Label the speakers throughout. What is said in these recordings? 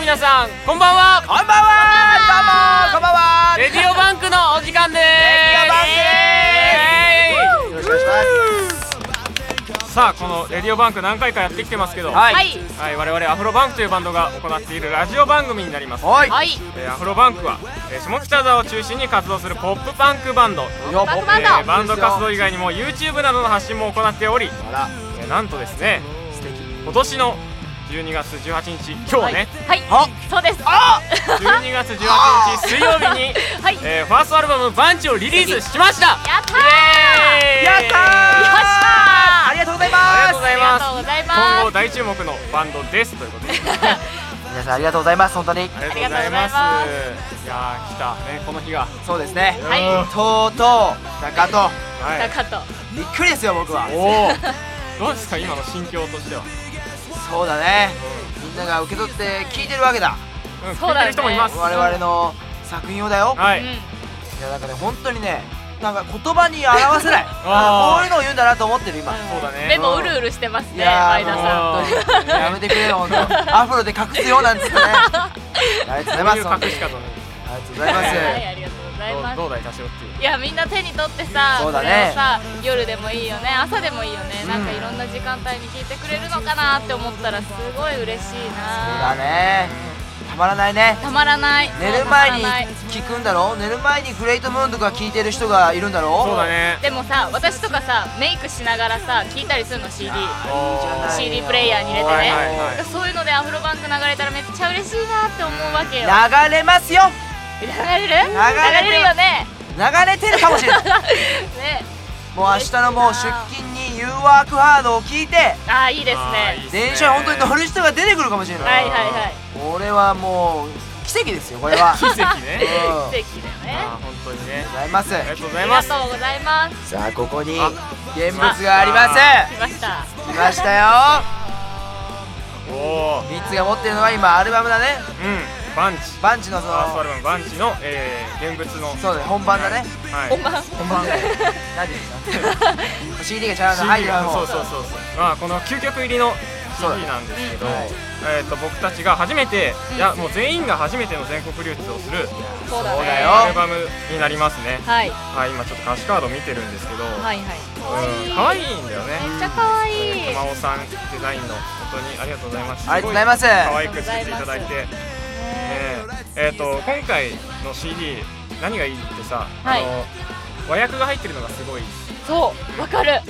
Speaker 1: 皆さんこんばんは
Speaker 2: こんばんはどうもこんばんは
Speaker 1: レディオバンクのお時間です
Speaker 2: レディオバンクですよろしくお願いし
Speaker 1: ますさあこのレディオバンク何回かやってきてますけどはい、
Speaker 2: はい
Speaker 3: い
Speaker 1: 我々アフロバンクというバンドが行っているラジオ番組になります、
Speaker 2: はい
Speaker 3: はい
Speaker 1: えーアフロバンクは、えー下北沢を中心に活動するポップパンクバンド、
Speaker 2: よ
Speaker 3: バンド
Speaker 1: えーバンド活動以外にも YouTube などの発信も行っており、
Speaker 2: あら
Speaker 1: えーなんとですね
Speaker 2: 素敵
Speaker 1: 今年の12月18日今日ね、
Speaker 3: はい
Speaker 2: あ
Speaker 3: そうです
Speaker 2: あ
Speaker 1: 12月18日水曜日に、
Speaker 3: はい
Speaker 1: えーファーストアルバム「バンチ」をリリースしました
Speaker 3: やったー
Speaker 1: イエーイ
Speaker 2: やったー
Speaker 3: たー
Speaker 2: ありがとうござい
Speaker 1: ありがとう
Speaker 2: ま
Speaker 1: ご
Speaker 2: す
Speaker 1: ざい
Speaker 3: ありがとう
Speaker 1: ま
Speaker 3: ござい
Speaker 1: す今後
Speaker 3: ま
Speaker 1: 大注目のバンドですということで
Speaker 2: 皆さんありがとうございます本当に
Speaker 1: ありがとうございますいやー来たねこの日が
Speaker 2: そうですね
Speaker 3: はい
Speaker 1: うん
Speaker 2: とうとう中と
Speaker 1: は、
Speaker 3: す高と
Speaker 2: びっくりですよ僕はい
Speaker 1: おおどうですか今の心境としては、
Speaker 2: そうだねみんなが受け取って聞いてるわけだ
Speaker 1: うん、
Speaker 3: そうだね
Speaker 1: 聞いてる人もいます
Speaker 2: 我々の作品をだよ
Speaker 1: はい、
Speaker 2: いやなんかね本当にねなんか言葉に表せ ない
Speaker 1: あー
Speaker 2: こういうのを言うんだなと思ってる今
Speaker 1: そうだね
Speaker 3: 目もうるうるしてます
Speaker 2: い
Speaker 3: ね
Speaker 2: や
Speaker 3: 前
Speaker 2: ー
Speaker 3: 田
Speaker 1: も
Speaker 3: さ
Speaker 1: う
Speaker 2: 本当にやめてくれよ本当アフロで隠すようなん ですねありがとうござい
Speaker 1: こ
Speaker 2: ま
Speaker 1: うい
Speaker 2: す
Speaker 1: う
Speaker 2: 本当
Speaker 1: 隠
Speaker 2: に
Speaker 1: し方ね
Speaker 2: ありがとうご
Speaker 3: ん
Speaker 2: ざいます
Speaker 3: はいありがとうござい
Speaker 1: ど
Speaker 3: ま
Speaker 1: う
Speaker 3: す
Speaker 1: どうだい多少っていう
Speaker 3: いやみんな手に取ってさ
Speaker 2: そうだね
Speaker 3: れをさ夜でもいいよね朝でもいいよね、
Speaker 2: うん
Speaker 3: なんかいろんな時間帯に聞いてくれるのかなって思ったらすごい嬉しい
Speaker 2: そう
Speaker 3: な
Speaker 2: だねたまらないね
Speaker 3: たまらない
Speaker 2: 寝る前
Speaker 3: そう
Speaker 2: に
Speaker 3: たまらない
Speaker 2: 聞くんだろ寝る前にグレートムーンとか聞いてる人がいるんだろ
Speaker 1: そうだね
Speaker 3: でもさ私とかさメイクしながらさ聞いたりするの CD
Speaker 2: いいじゃない
Speaker 3: CD プレイヤーに入れてね、
Speaker 1: はいはいはい
Speaker 3: そういうのでアフロバンク流れたらめっちゃ嬉しいなって思うわけよ
Speaker 2: 流れますよ
Speaker 3: 流れる
Speaker 2: 流れて
Speaker 3: 流れるよね
Speaker 2: 流れてるかもしれない
Speaker 3: ね
Speaker 2: もう明日のもう出勤に You Work Hard を聞いて
Speaker 3: ああいいです
Speaker 1: あーいいっ
Speaker 3: ね
Speaker 1: すね
Speaker 2: 電車に本当に乗る人が出てくるかもしれ
Speaker 3: は
Speaker 2: ない
Speaker 3: いはいはい
Speaker 2: これはもう奇跡ですよこれ は
Speaker 1: 奇跡ね
Speaker 2: うんあり
Speaker 3: 奇跡だよね
Speaker 1: あー本当にね
Speaker 2: がとうございます
Speaker 1: ありがとうござ
Speaker 3: あ
Speaker 1: い
Speaker 3: り
Speaker 1: ま
Speaker 3: が
Speaker 1: す
Speaker 3: とうございます
Speaker 2: さあここに
Speaker 1: あ
Speaker 2: 現物があります
Speaker 3: 来ました
Speaker 2: 来ましたよ
Speaker 1: おお
Speaker 2: ミッツが持ってるのは今アルバムだね
Speaker 1: うんバンチ
Speaker 2: バンチのそ
Speaker 1: ファーストア
Speaker 2: の
Speaker 1: ルバム「バンチの」えー現物の
Speaker 2: そうだね本番だね
Speaker 1: はい、
Speaker 3: 本番
Speaker 2: 本番だね 何て言うんですか CD がちゃんと入ってる
Speaker 1: そ
Speaker 2: 方
Speaker 1: うそうそうそうまあこの究極入りの
Speaker 2: そうだ
Speaker 1: CD なんですけど、
Speaker 2: はい
Speaker 1: えー、と僕たちが初めて、
Speaker 3: うん
Speaker 1: いやもう全員が初めての全国流通をする
Speaker 3: そう
Speaker 2: そ
Speaker 3: だ
Speaker 2: うだ
Speaker 3: ね
Speaker 2: よ
Speaker 1: アルバムになりますね
Speaker 3: はい
Speaker 1: はい今ちょっと歌詞カード見てるんですけど、
Speaker 3: はいいはい
Speaker 1: うん、
Speaker 3: か
Speaker 1: 可
Speaker 3: わい
Speaker 1: 愛
Speaker 3: い
Speaker 1: いんだよね
Speaker 3: めっちゃかわいい
Speaker 1: 熊尾さんデザインの本当にありがとうございます
Speaker 2: ありがとうございますす
Speaker 1: ご可愛く作っていただいてねええー、と今回の CD 何がいいってさ、
Speaker 3: はい
Speaker 1: あの和訳が入ってるのがすごいね
Speaker 3: そうわかる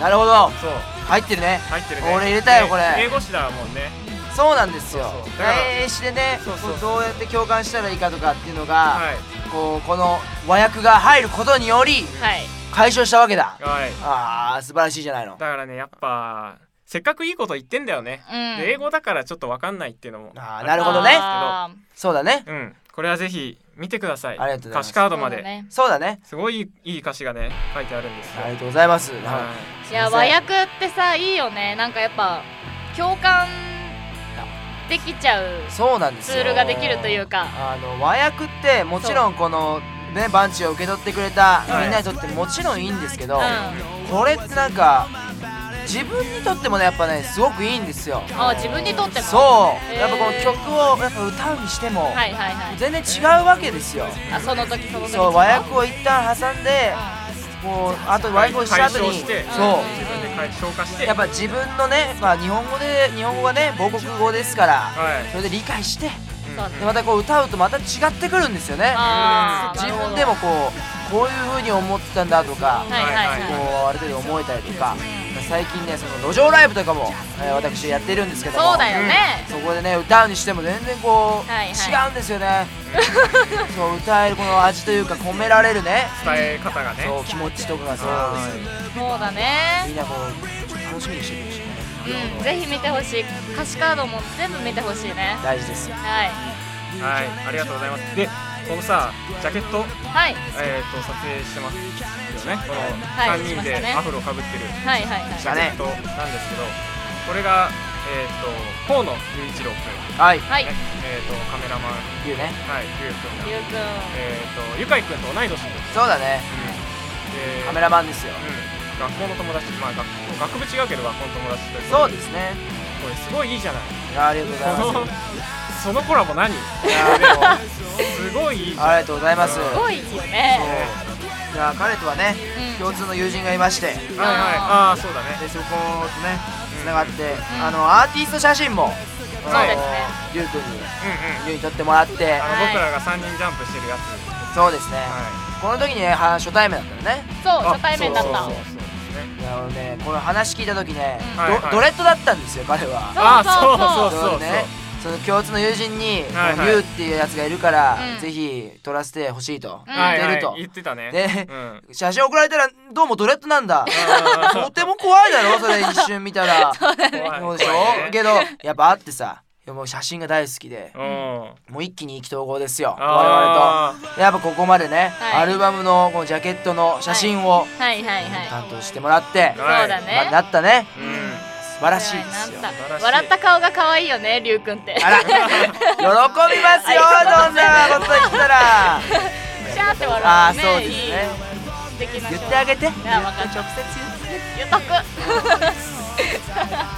Speaker 2: なるほど
Speaker 1: そう
Speaker 2: 入ってるね
Speaker 1: 入ってるね
Speaker 2: 俺入れたよこれ
Speaker 1: ね英語詞だもんね
Speaker 2: そうなんですよ
Speaker 1: そうそうだから
Speaker 2: 英詞でね
Speaker 1: そうそう
Speaker 2: どうやって共感したらいいかとかっていうのが、
Speaker 1: はい
Speaker 2: こうこの和訳が入ることにより
Speaker 3: はい
Speaker 2: 解消したわけだ
Speaker 1: はい
Speaker 2: あー素晴らしいじゃないの
Speaker 1: だからねやっぱせっかくいいこと言ってんだよね、
Speaker 3: うん
Speaker 1: で英語だからちょっとわかんないっていうのも
Speaker 2: あーなるほどね
Speaker 3: あー
Speaker 2: そうだね
Speaker 1: うんこれはぜひ見てください
Speaker 2: ありがとうございます
Speaker 1: 歌詞カード
Speaker 3: そう
Speaker 1: ま
Speaker 3: だ
Speaker 1: で、
Speaker 3: ね
Speaker 2: そうだね
Speaker 1: すごいいい歌詞がね書いてあるんですよ
Speaker 2: ありがとうございます、
Speaker 1: はい
Speaker 3: や和訳ってさいいよねなんかやっぱ共感できちゃう
Speaker 2: そうなんです
Speaker 3: ツ
Speaker 2: よ
Speaker 3: ールができるというか
Speaker 2: あの和訳ってもちろんこのねバンチを受け取ってくれた
Speaker 1: はい
Speaker 2: みんなにとってもちろんいいんですけ
Speaker 3: う
Speaker 2: ど、
Speaker 3: ん
Speaker 2: これってなんか自分にとってもねやっぱねすごくいいんですよ
Speaker 3: あ自分にとっても
Speaker 2: そう
Speaker 3: へー
Speaker 2: やっぱこの曲をやっぱ歌うにしても
Speaker 3: はいはいはい
Speaker 2: 全然違うわけですよ
Speaker 3: あその時その時
Speaker 2: そう和訳を一旦挟んでこうあと和訳をした後
Speaker 1: 解消
Speaker 2: に
Speaker 1: して
Speaker 2: そ
Speaker 1: 自分で解消化し
Speaker 2: う
Speaker 1: て
Speaker 2: やっぱ自分のねまあ日本語で日本語がね母国語ですから
Speaker 1: はい、
Speaker 2: それで理解して
Speaker 1: うん
Speaker 3: そう
Speaker 2: でまたこう歌うとまた違ってくるんですよね
Speaker 3: あー
Speaker 2: 自
Speaker 3: なるほ
Speaker 2: 分
Speaker 3: ど
Speaker 2: でもこうこういう風に思ってたんだとか
Speaker 3: はいはいはい
Speaker 2: こうある程度思えたりとか最近ねその路上ライブとかも、えー私やってるんですけども
Speaker 3: そうだよね
Speaker 2: そこでね歌うにしても全然こう、
Speaker 3: はいはい
Speaker 2: 違うんですよ ねそう歌えるこの味というか込められるね
Speaker 1: 伝え方がね
Speaker 2: そう気持ちとかがそう
Speaker 1: は
Speaker 2: ですよ
Speaker 1: い
Speaker 3: そうだ
Speaker 2: み
Speaker 3: ね
Speaker 2: んなこうちょっと楽しみにしてるしいね
Speaker 3: うんぜひ見てほしい歌詞カードも全部見てほしいね
Speaker 2: 大事ですよ
Speaker 3: はい
Speaker 1: はいありがとうございますでこのさジャケット
Speaker 3: はい
Speaker 1: えー、と撮影してますよねこの
Speaker 3: い
Speaker 1: 3人
Speaker 3: しま
Speaker 1: で
Speaker 3: したね
Speaker 1: アフロかぶってる
Speaker 3: はいはいはい
Speaker 1: ジャケットなんですけどこれが、えー、と河野雄一郎君、
Speaker 2: はい
Speaker 3: はい
Speaker 1: ねえー、とカメラマン、
Speaker 2: 言うね
Speaker 1: はい、ゆう君
Speaker 3: ゆ
Speaker 1: が、
Speaker 3: うくん
Speaker 1: えー、とゆかい君と同い年です、
Speaker 2: そうだね
Speaker 1: で
Speaker 2: カメラマンですよ
Speaker 1: うん、学校の友達、まあ、学学部違うけど学校の友達とい
Speaker 2: そう
Speaker 1: こ
Speaker 2: ですね
Speaker 1: とでこれすごいいいじゃない
Speaker 2: ありがとうござい
Speaker 1: この
Speaker 2: ます
Speaker 1: そのコラボ何
Speaker 2: いやでも
Speaker 1: すごいいいじゃん
Speaker 2: ありがとうございます
Speaker 1: す
Speaker 3: すごいよね。
Speaker 2: いや彼とはね
Speaker 3: うん
Speaker 2: 共通の友人がいまして
Speaker 1: はいはいああそうだね
Speaker 2: でそことねつながって
Speaker 3: ん
Speaker 2: あのアーティスト写真も
Speaker 1: そう
Speaker 2: あの
Speaker 1: です
Speaker 3: ね
Speaker 2: リュウ君に
Speaker 1: うんうん
Speaker 2: リュウに撮ってもらって
Speaker 1: あ
Speaker 3: は
Speaker 1: の
Speaker 3: い
Speaker 1: 僕らが三人ジャンプしてるやつ
Speaker 2: そうですね
Speaker 1: は
Speaker 2: この時にねは初対面だったのね
Speaker 3: そう、
Speaker 1: い
Speaker 3: 初対面だっ
Speaker 1: あ
Speaker 3: た
Speaker 1: そう。そうそうそうですね
Speaker 2: いや俺ねこの話聞いた時ね
Speaker 3: うん
Speaker 2: ど
Speaker 1: はいはい
Speaker 2: ドレッドだったんですよ彼は
Speaker 1: あ
Speaker 3: そ
Speaker 1: そうう
Speaker 3: そ
Speaker 1: そうう
Speaker 3: そ
Speaker 1: そうう
Speaker 2: そうねその共通の友人に「
Speaker 1: はいはい
Speaker 2: リュウ」っていうやつがいるから、
Speaker 3: うん
Speaker 2: ぜひ撮らせてほしいと
Speaker 3: う
Speaker 2: 言
Speaker 3: ん
Speaker 1: はい
Speaker 2: っ
Speaker 1: は
Speaker 2: て
Speaker 1: い
Speaker 2: ると、
Speaker 1: 言ってたね
Speaker 2: で
Speaker 1: うん
Speaker 2: 写真送られたら「どうもドレッドなんだ」
Speaker 1: あー
Speaker 2: とても怖いだろそれ一瞬見たら
Speaker 1: 怖い
Speaker 2: そうでしょ、
Speaker 1: 怖いね
Speaker 2: けどやっぱ会ってさいやもう写真が大好きで
Speaker 1: うん
Speaker 2: もう一気に意気投合ですよ我
Speaker 1: あ
Speaker 2: 々とやっぱここまでね、
Speaker 3: はい
Speaker 2: アルバムのこのジャケットの写真を
Speaker 3: はいはいはい。
Speaker 2: 担当してもらって、
Speaker 3: そう
Speaker 1: は
Speaker 3: だ
Speaker 2: まあ
Speaker 3: ね。
Speaker 2: なったね
Speaker 1: ーうん
Speaker 2: 素晴らしいですよ
Speaker 3: なんだ
Speaker 1: 素晴らしい
Speaker 3: 笑った顔が可愛いよね、りゅうくんって。
Speaker 2: あら喜びますよそんなこと言ったら
Speaker 3: シャーって
Speaker 2: あ
Speaker 3: 笑
Speaker 2: あ
Speaker 3: う
Speaker 2: そ
Speaker 3: ね。
Speaker 2: うですね
Speaker 3: いい素敵な。
Speaker 2: 言ってあげ
Speaker 3: て。
Speaker 2: て言っ
Speaker 3: やわかった
Speaker 2: て直接言って
Speaker 3: 言っ とく。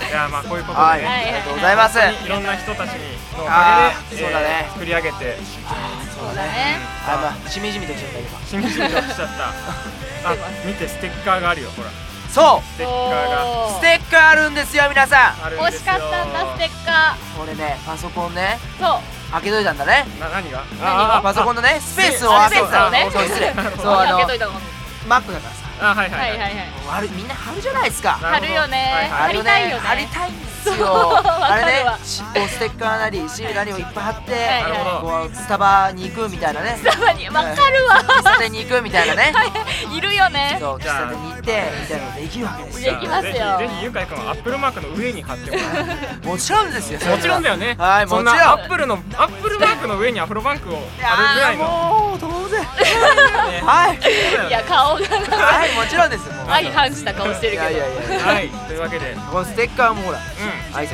Speaker 1: いやまあこういうことで
Speaker 2: はい
Speaker 1: ね
Speaker 2: ありがとうございます
Speaker 1: いろんな人たちにのおか
Speaker 2: あー
Speaker 1: げで
Speaker 2: そうだ
Speaker 1: え
Speaker 2: ね
Speaker 1: ー作り上げて
Speaker 2: そう
Speaker 3: だ
Speaker 2: だ
Speaker 3: ね
Speaker 2: ね
Speaker 1: あ
Speaker 2: あまあしみじみときちゃった今
Speaker 1: しみじみとしちゃ ったあ見てステッカーがあるよほら
Speaker 2: そう
Speaker 1: ステッカーが
Speaker 2: ステッカーあるんですよ皆さん
Speaker 1: あるん
Speaker 3: 惜
Speaker 1: で
Speaker 3: し
Speaker 1: すよ
Speaker 3: かったんだ、ステッカ
Speaker 2: これねパソコンね
Speaker 3: ー。そう。
Speaker 2: 開けといたんだね
Speaker 1: な何が
Speaker 3: が
Speaker 1: あー
Speaker 2: パソコンのねスペースを
Speaker 3: あ
Speaker 2: 開けてた
Speaker 3: スペースをね
Speaker 2: そう失礼 そう
Speaker 3: 鍵
Speaker 2: あ
Speaker 3: 開けとい
Speaker 2: の
Speaker 3: たのに。
Speaker 2: マックだからさ
Speaker 1: あはいは
Speaker 3: はい
Speaker 1: い
Speaker 3: はいはい。
Speaker 2: あれみんな貼るじゃないですか
Speaker 1: なほど
Speaker 3: 貼るよね
Speaker 1: はいはい
Speaker 3: 貼りたいよね
Speaker 2: あれ貼りたいんです
Speaker 3: そう
Speaker 2: よ
Speaker 3: わか
Speaker 2: あれ
Speaker 3: る
Speaker 2: ね
Speaker 3: わ
Speaker 2: しこうステッカーなりシールなりをいっぱい貼って
Speaker 3: い
Speaker 1: はい
Speaker 2: こうスタバに行くみたいなね
Speaker 3: たまに、わかるわ。
Speaker 2: 喫茶店に行くみたいなね
Speaker 3: いるよね。
Speaker 2: そう喫茶店に行ってみたいなのできるわけです
Speaker 3: で
Speaker 2: よ
Speaker 3: きますよ
Speaker 1: じゃあぜひぜひゆかいくんはアップルマークの上に貼っても らう
Speaker 2: もちろんですよそれは
Speaker 1: もちろんだよね
Speaker 2: はい
Speaker 1: そ
Speaker 2: もち
Speaker 1: ん
Speaker 2: ろん
Speaker 1: なアップルのアップルマークの上にアフロバンクを貼るぐらい
Speaker 2: いや
Speaker 1: の
Speaker 2: ーもう当然はい
Speaker 3: いや、顔がなんか
Speaker 2: はいもちろんですよもう
Speaker 3: 相反した顔して
Speaker 2: い
Speaker 3: る
Speaker 2: やい
Speaker 3: けど
Speaker 2: や。いや
Speaker 1: はいというわけでうん
Speaker 2: このステッカーもほら挨拶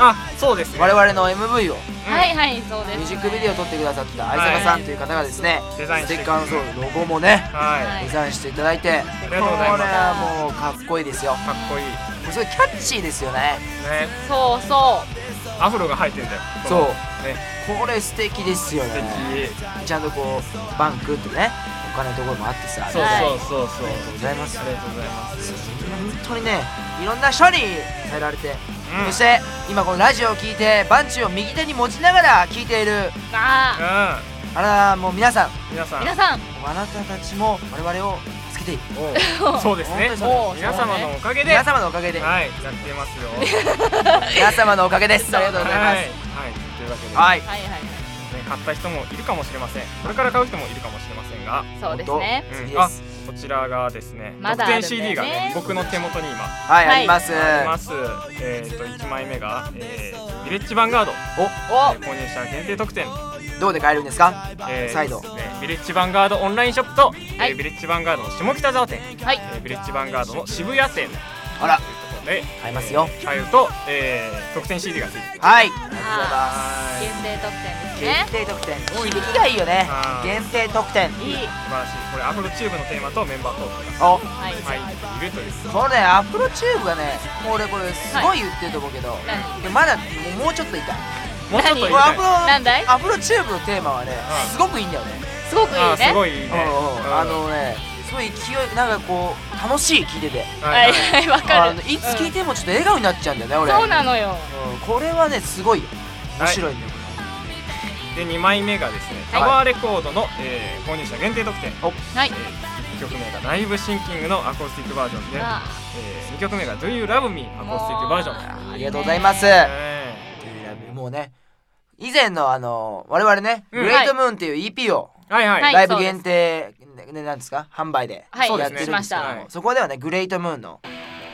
Speaker 1: あそうですね
Speaker 2: 我々の MV を
Speaker 3: はいはい、そうです。
Speaker 2: ミュージックビデオを撮ってくださった相坂さんという方がですね、
Speaker 1: デザイン
Speaker 2: ス
Speaker 1: して
Speaker 2: テッカーのそうロゴもね
Speaker 1: はい
Speaker 2: デザインしていただいてこ
Speaker 1: り
Speaker 2: れ
Speaker 1: がとうございます
Speaker 2: はもうかっこいいですよ
Speaker 1: かっこいい
Speaker 2: すごいキャッチーですよね
Speaker 1: ね
Speaker 3: そうそう。
Speaker 1: アフロが生えてんだよ
Speaker 2: そう
Speaker 1: ね
Speaker 2: これ素敵ですよ
Speaker 1: 素
Speaker 2: ね
Speaker 1: 敵
Speaker 2: ちゃんとこうバンクってねお金のところもあってさ
Speaker 1: そう
Speaker 2: あ
Speaker 1: そうそうそう
Speaker 2: りがとうございます
Speaker 1: ありがとうございます
Speaker 2: 本当にねいろんな人に支えられて、
Speaker 1: うん
Speaker 2: そして今このラジオを聞いてバンチを右手に持ちながら聞いている
Speaker 3: ああ、
Speaker 1: う
Speaker 2: あらもう皆さん
Speaker 1: ん皆さん
Speaker 3: 皆さん、
Speaker 2: あなたたちも我々を助けている
Speaker 1: おうそうですね
Speaker 3: おう
Speaker 1: 皆様のおかげで
Speaker 2: 皆
Speaker 1: はい
Speaker 2: 様のおかげで
Speaker 1: やってますよ
Speaker 2: 皆様のおかげですありがとうございま
Speaker 1: はい
Speaker 2: す
Speaker 1: はいというわけで
Speaker 2: はい、
Speaker 3: はいはい。
Speaker 1: ね買った人もいるかもしれませんこれから買う人もいるかもしれませんが、
Speaker 3: そうですね。
Speaker 1: うん
Speaker 2: 次で
Speaker 1: あ
Speaker 2: す
Speaker 1: こちらがですね
Speaker 3: まだ
Speaker 1: 特
Speaker 3: あるん
Speaker 1: 典
Speaker 3: だよね
Speaker 1: CD がね僕の手元に今
Speaker 2: はい、
Speaker 3: はい
Speaker 2: あります
Speaker 1: ありますえっ、と1枚目が、えービレッジヴァンガード、
Speaker 2: お
Speaker 1: えー購入者限定特典、
Speaker 2: おどうで買えるんですか、
Speaker 1: えー
Speaker 2: 再度
Speaker 1: ですねビレッジヴァンガードオンラインショップと、
Speaker 3: はい
Speaker 1: えービレッジヴァンガードの下北沢店、
Speaker 3: はい
Speaker 1: えービレッジヴァンガードの渋谷店という
Speaker 2: あら
Speaker 1: ことで
Speaker 2: 買いますよ
Speaker 1: えー買うと、えー、特典 CD がついてきます
Speaker 2: はい
Speaker 1: は
Speaker 2: あ
Speaker 3: 限
Speaker 1: い
Speaker 3: 定特典です
Speaker 2: りが
Speaker 3: ね。
Speaker 2: とうございます限定特典響きがいいよね
Speaker 1: あー
Speaker 2: 限定特典
Speaker 1: 素晴
Speaker 3: いい。
Speaker 1: らしいこれアフロチューブのテーマとメンバートークが
Speaker 2: お
Speaker 3: はい。
Speaker 1: 入るという
Speaker 2: これねアフロチューブがねもう俺これすごい言ってると思うけど、
Speaker 3: 何
Speaker 2: でまだもうもうちょっと痛い
Speaker 1: もうちょっと言い
Speaker 3: 何
Speaker 2: こ
Speaker 1: た
Speaker 2: れア
Speaker 1: い
Speaker 2: フロ
Speaker 3: なんだい
Speaker 2: アフロチューブのテーマは
Speaker 1: う
Speaker 2: ね、
Speaker 1: ん
Speaker 2: すごくいいんだよね
Speaker 3: すごくいい
Speaker 1: あー
Speaker 3: ね。
Speaker 1: すごいいいねう
Speaker 2: うんうん
Speaker 1: ん
Speaker 2: あのねすごい勢いなんかこう楽しい聞いてて
Speaker 1: は
Speaker 3: はいい
Speaker 1: はい
Speaker 3: はい、わか
Speaker 2: あ
Speaker 3: る
Speaker 2: の。いつ聞い
Speaker 3: て
Speaker 2: てもちょっと笑顔になっちゃうんだよね俺
Speaker 3: そうなのよ。
Speaker 2: うんこれはねすごいよ面白いんだよ、
Speaker 1: で2枚目がですねタワーレコードの、えー購入者限定特典、
Speaker 3: はい
Speaker 1: え。ー、1曲目が「ライブシンキング」のアコースティックバージョンで、え
Speaker 3: あ
Speaker 1: ー、2曲目が「Do You Love Me」アコースティックバージョン、
Speaker 3: も
Speaker 2: ありがとうございます、
Speaker 1: え
Speaker 2: もうね以前のあの我々ね、
Speaker 1: うん
Speaker 2: グレートムーンっていう EP を
Speaker 1: ーはいはい、
Speaker 3: はい
Speaker 2: ライブ限定、ね、なんですか販売で、
Speaker 3: はい
Speaker 1: そう
Speaker 2: や
Speaker 1: で
Speaker 2: っ
Speaker 1: す
Speaker 2: て
Speaker 1: ね
Speaker 2: るんですけど
Speaker 3: しました
Speaker 1: はい
Speaker 2: そこではねグレートムーンの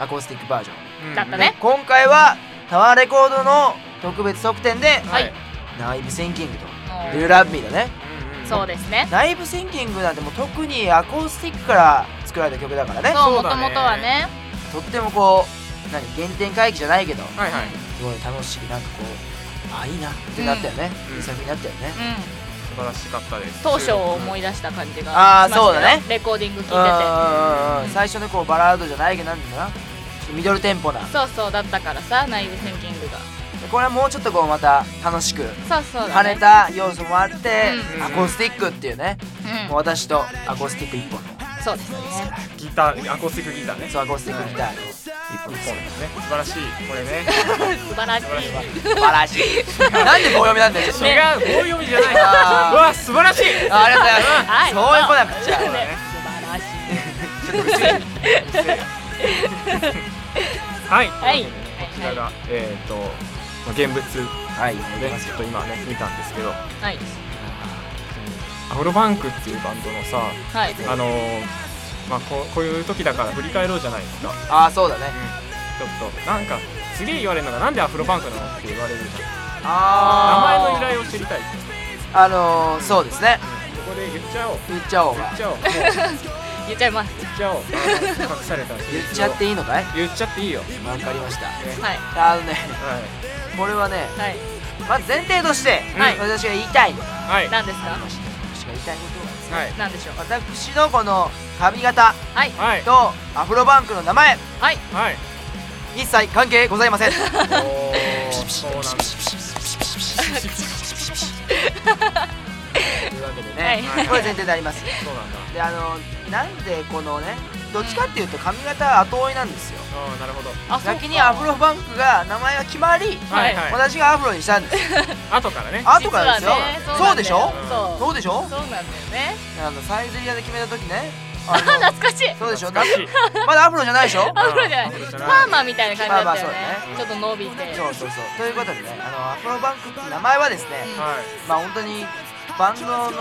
Speaker 2: アコースティックバージョン
Speaker 1: うん
Speaker 3: だったね
Speaker 2: 今回はタワーレコードの特別特典で
Speaker 1: はい、
Speaker 3: はい
Speaker 2: 「ナイブセンキング」と「
Speaker 3: も
Speaker 2: Do You Love Me」だ
Speaker 1: う
Speaker 2: ね
Speaker 1: んうん
Speaker 3: うそうですね。
Speaker 2: ナイブセンキングなんてもう特にアコースティックから作られた曲だからね
Speaker 3: そ
Speaker 1: そ
Speaker 3: う、も
Speaker 1: う
Speaker 3: と
Speaker 1: だね
Speaker 3: もとはね。
Speaker 2: とってもこう何原点回帰じゃないけど
Speaker 1: はいはい
Speaker 2: すごい楽しいなんかこうあいいなってなったよね、
Speaker 1: うん
Speaker 2: いい作品になったよね
Speaker 3: う、ん。
Speaker 1: 素晴らしかったです
Speaker 3: 当初を思い出した感じが。
Speaker 2: あーそうだね。
Speaker 3: レコーディング聞い
Speaker 2: うん
Speaker 3: てて。
Speaker 2: うんうんうん最初のこうバラードじゃないけどなんだろうなちょっとミドルテンポな
Speaker 3: そうそうだったからさ、ナイブセンキングが。
Speaker 1: う
Speaker 2: これはもうちょっとこうまた楽しく
Speaker 3: そうそうだ
Speaker 2: 跳ね
Speaker 3: ね
Speaker 2: た要素もあって、
Speaker 1: うん
Speaker 2: アコースティックっていうね、
Speaker 3: うん
Speaker 2: もう私とアコースティック一本の
Speaker 3: そうですね
Speaker 1: ギターアコースティックギターね
Speaker 2: そうアコースティックギターの一本
Speaker 1: 一
Speaker 2: で
Speaker 1: 本ですね素晴らしいこれね
Speaker 3: 素晴らしい
Speaker 1: 素晴らしい
Speaker 2: 素晴らしいなんで棒読みなんだよ
Speaker 1: 違う棒読みじゃない
Speaker 2: あー
Speaker 1: うわ素晴らしい
Speaker 2: あありがとうございます、
Speaker 3: はい
Speaker 2: そういうことやっぱじゃ
Speaker 1: そうだねはい、
Speaker 3: は
Speaker 1: と
Speaker 3: い
Speaker 1: いうことでねこちらが、えっ、と、まあ、現物
Speaker 2: あはい
Speaker 1: でちょっと今ね見たんですけどア
Speaker 3: はい
Speaker 1: フロバンクっていうバンドのさ
Speaker 3: はい
Speaker 1: あのーまあこうこういう時だから振り返ろうじゃないですかち
Speaker 2: ああそうだね
Speaker 1: ょっとなんかすげえ言われるのがなんでアフロバンクなのって言われるじゃん名前
Speaker 2: あ
Speaker 1: の
Speaker 2: あ
Speaker 1: 由来を知りたいこ
Speaker 2: あのー、そうですね
Speaker 1: こで言っちゃおう
Speaker 2: 言っちゃおう
Speaker 1: 言
Speaker 2: が
Speaker 1: っちゃおうもう
Speaker 3: 言っちゃいます
Speaker 1: 言っ ちゃおうあの隠された
Speaker 2: 言っちゃっていいのかい
Speaker 1: 言っちゃっていいよね
Speaker 2: わかりました
Speaker 3: はい
Speaker 2: あのね
Speaker 1: は
Speaker 2: これはね
Speaker 3: はい
Speaker 2: まず前提として、
Speaker 1: はい
Speaker 2: 私が言いたいのが
Speaker 1: いはい
Speaker 3: 何です
Speaker 2: あ
Speaker 3: か
Speaker 2: りまして私が言いたいことはですね
Speaker 1: はい
Speaker 3: 何でしょう
Speaker 2: 私のこの髪型
Speaker 3: はい
Speaker 1: はい
Speaker 2: とアフロバンクの名前
Speaker 3: はい
Speaker 1: はい
Speaker 2: 一切関係ございません
Speaker 1: おーそうなんだ
Speaker 2: というわけでね、
Speaker 3: はい
Speaker 2: これ前提であります
Speaker 1: そうなんだ
Speaker 2: であのなんでこのねどっちかっていうと髪型は後追いなんですよ
Speaker 1: ああなるほど
Speaker 3: あそうか
Speaker 2: 先にアフロバンクが名前が決まり、
Speaker 1: はいはい
Speaker 2: 私がアフロにした んですよ
Speaker 1: 後からね
Speaker 2: 後からですよ、
Speaker 3: 実はね
Speaker 2: そうでしょ
Speaker 3: そう
Speaker 2: そうでしょ
Speaker 3: そうなんだよね
Speaker 2: あのサイズリアで決めた時 ね
Speaker 3: あ
Speaker 2: あの
Speaker 3: 懐かしい
Speaker 2: そうでしょだ
Speaker 1: 懐かしい
Speaker 2: まだアフロじゃないでしょ
Speaker 3: アフロじゃ
Speaker 1: ア
Speaker 3: な
Speaker 1: フ
Speaker 3: い
Speaker 1: ロじゃ
Speaker 3: パ
Speaker 1: ない
Speaker 3: ーマみたいな感じだったよね
Speaker 2: まあまあそうだね
Speaker 3: ちょっと伸びて
Speaker 2: そうそうそうということでねあのアフロバンクって名前はですね、
Speaker 1: はい
Speaker 2: まあ本当にバンドの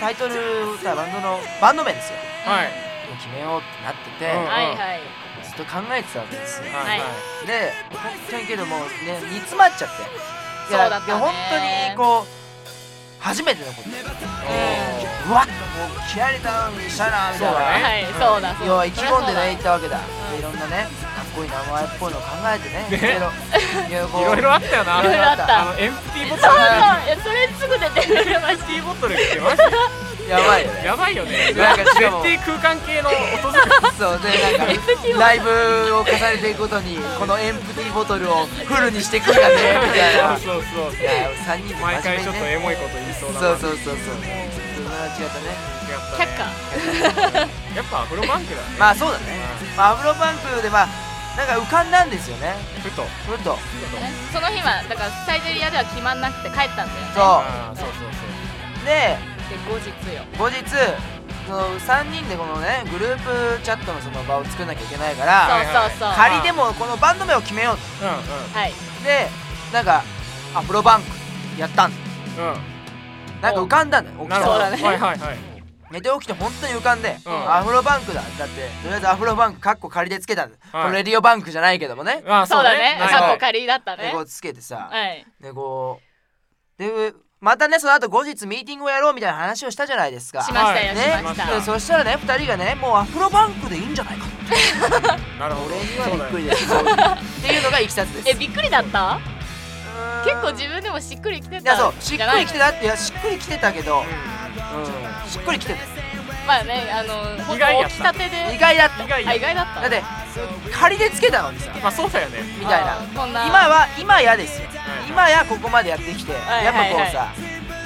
Speaker 2: タイトル歌バンドのバンド名ですよ
Speaker 1: はい
Speaker 2: もう決めようってなってて、
Speaker 1: うん
Speaker 3: はいはい
Speaker 2: ずっと考えてたわけですよ
Speaker 1: はいはい
Speaker 2: で本当にけどもね煮詰まっちゃってい
Speaker 3: そうだったね
Speaker 2: いや本当にこう初めてのことうわっもう気合入れたのにしたなみたい
Speaker 1: そうだ
Speaker 2: な
Speaker 1: ね
Speaker 3: はいそうだそう
Speaker 2: 要は
Speaker 3: だ
Speaker 2: 意気込んでね行っ
Speaker 3: そりゃそうだ
Speaker 2: たわけだ、
Speaker 3: うん
Speaker 2: でいろんなねかっこいい名前っぽいのを考えてね
Speaker 1: ね
Speaker 2: い ろいろいろこう
Speaker 1: いろいろあったよない
Speaker 3: ろいろあった
Speaker 1: あのエンプティーボ
Speaker 3: そうそう
Speaker 1: ト
Speaker 3: いやそれすぐ出てくれま
Speaker 1: ルエン
Speaker 3: し
Speaker 1: プティーボトルってマジで
Speaker 2: やばい よね
Speaker 1: やばいよね
Speaker 2: なんか
Speaker 1: 絶
Speaker 2: しかも
Speaker 1: 対空間系の音作り
Speaker 2: そうでなんかライブを重ねていくごとにこのエンプティーボトルをフルにしていくんだねみたい
Speaker 1: そ
Speaker 2: な
Speaker 1: うそうそう
Speaker 2: いや3人で
Speaker 1: 毎回ちょっとエモいことと言いそうだ
Speaker 2: そう
Speaker 1: な
Speaker 2: そうそうそう友達方ね
Speaker 1: やったた
Speaker 3: 却
Speaker 1: ね
Speaker 3: 下
Speaker 1: やっぱアフロバンクだね
Speaker 2: まあそうだね、まあ、アフロバンクでまあなんか浮かんだんですよね
Speaker 1: ふと
Speaker 2: ふと
Speaker 3: その日はだからサイゼリアでは決まんなくて帰ったんだよね
Speaker 2: そ
Speaker 1: あーそうそうそう
Speaker 2: うで
Speaker 3: で後日よ
Speaker 2: 後日その3人でこのねグループチャットのその場を作んなきゃいけないか
Speaker 3: そう
Speaker 2: ら
Speaker 1: いはい
Speaker 3: そうそう
Speaker 2: 仮でもこのバンド名を決めよう
Speaker 1: うん
Speaker 3: はい
Speaker 2: でなんかアフロバンクやったんだ
Speaker 1: うん
Speaker 2: なんか浮かんだんだよ
Speaker 1: うん
Speaker 2: 起
Speaker 1: な
Speaker 2: きた
Speaker 1: る
Speaker 2: ら
Speaker 1: ほど
Speaker 3: そう
Speaker 1: は
Speaker 3: だ
Speaker 1: い
Speaker 3: ね
Speaker 1: はいはい
Speaker 2: 寝て起きて本当に浮かんで、
Speaker 1: うん
Speaker 2: アフロバンクだだってとりあえずアフロバンクかっこ仮でつけたんだ、
Speaker 1: はい
Speaker 2: このレディオバンクじゃないけどもね、
Speaker 1: あー
Speaker 3: そうだね
Speaker 1: はい
Speaker 2: さ
Speaker 1: はい
Speaker 3: 過去仮だった
Speaker 2: で
Speaker 3: ね
Speaker 2: こうつけてさ、
Speaker 3: はい
Speaker 2: でこうでまたねその後後日ミーティングをやろうみたいな話をしたじゃないですか
Speaker 3: しましたよ、
Speaker 2: はいね
Speaker 3: しました
Speaker 2: でそしたらね2人がねもうアフロバンクでいいんじゃないか
Speaker 1: なるほど
Speaker 2: 俺には
Speaker 1: そ
Speaker 2: び
Speaker 1: う
Speaker 2: っ
Speaker 1: だよ
Speaker 2: くりですそうっていうのがいきさつです
Speaker 3: えびっくりだっ
Speaker 2: う
Speaker 3: た
Speaker 2: ん
Speaker 3: 結構自分でもしっくりきてた
Speaker 2: いやそうしっ
Speaker 3: じゃな
Speaker 2: く
Speaker 3: い
Speaker 2: りきてたっていやしっくりきてたけど、
Speaker 1: う
Speaker 2: うん、しっくりきて
Speaker 3: まあねあのほん
Speaker 1: 意
Speaker 3: と
Speaker 1: 外やった
Speaker 3: 起きたてで
Speaker 2: た意外だった
Speaker 1: ん意外
Speaker 3: あ
Speaker 1: や
Speaker 3: 意外だった
Speaker 2: だって仮でつけたのにさ
Speaker 1: まあそうだよね
Speaker 2: みたいな
Speaker 3: あーこんな
Speaker 2: 今は今やですよ
Speaker 1: い
Speaker 2: 今やここまでやってきて
Speaker 3: はい
Speaker 2: やっぱこうさ